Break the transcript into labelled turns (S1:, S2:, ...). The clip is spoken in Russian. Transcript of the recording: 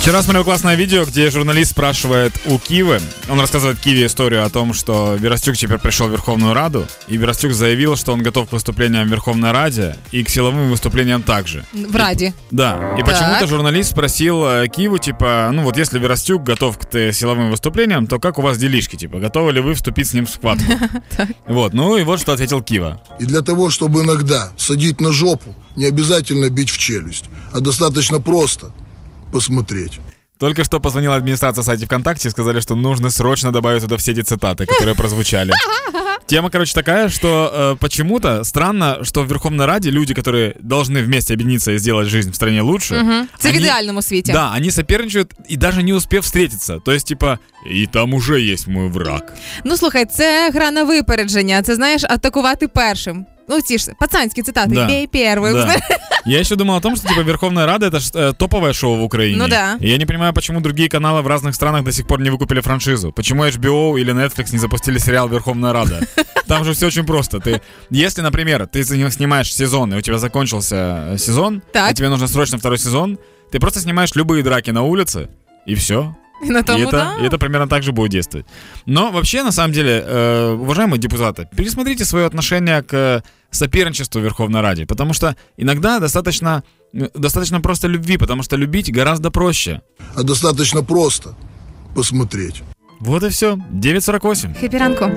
S1: Вчера смотрел классное видео, где журналист спрашивает у Кивы, он рассказывает Киве историю о том, что Беростюк теперь пришел в Верховную Раду, и Беростюк заявил, что он готов к выступлениям в Верховной Раде и к силовым выступлениям также.
S2: В Раде.
S1: Да, и
S2: Так.
S1: почему-то журналист спросил э, Киву, типа, ну вот если Веростюк готов к т- силовым выступлениям, то как у вас делишки, типа, готовы ли вы вступить с ним в схватку? Вот, ну и вот что ответил Кива.
S3: И для того, чтобы иногда садить на жопу, не обязательно бить в челюсть, а достаточно просто посмотреть.
S1: Только что позвонила администрация сайта ВКонтакте и сказали, что нужно срочно добавить туда все эти цитаты, которые прозвучали. Тема, короче, такая, что э, почему-то странно, что в Верховной Раде люди, которые должны вместе объединиться и сделать жизнь в стране лучше,
S2: Це в
S1: они-
S2: ідеальному світі.
S1: Да, они соперничают и даже не успев встретиться. То есть, типа, и там уже есть мой враг.
S2: Ну слухай, це гра на випередження. Це знаєш, атакувати першим. Ну, ці ж пацанські цитати.
S1: Да.
S2: Бей первим.
S1: Да.
S2: знаєш.
S1: Я еще думал о том, что типа Верховная Рада это ж, э, топовое шоу в Украине.
S2: Ну да.
S1: И я не понимаю, почему другие каналы в разных странах до сих пор не выкупили франшизу. Почему HBO или Netflix не запустили сериал Верховная Рада? Там же все очень просто. Ты, если, например, ты за- снимаешь сезон, и у тебя закончился э, сезон,
S2: Так.
S1: и тебе нужно срочно второй сезон, ты просто снимаешь любые драки на улице, и все.
S2: І на тому,
S1: и, это,
S2: да.
S1: и это примерно так же будет действовать. Но вообще, на самом деле, э, уважаемые депутаты, пересмотрите свое отношение к соперничеству в Верховной Раде, потому что иногда достаточно, э, достаточно просто любви, потому что любить гораздо проще.
S3: А достаточно просто посмотреть.
S1: Вот и все. 9.48.
S2: Хепі ранку.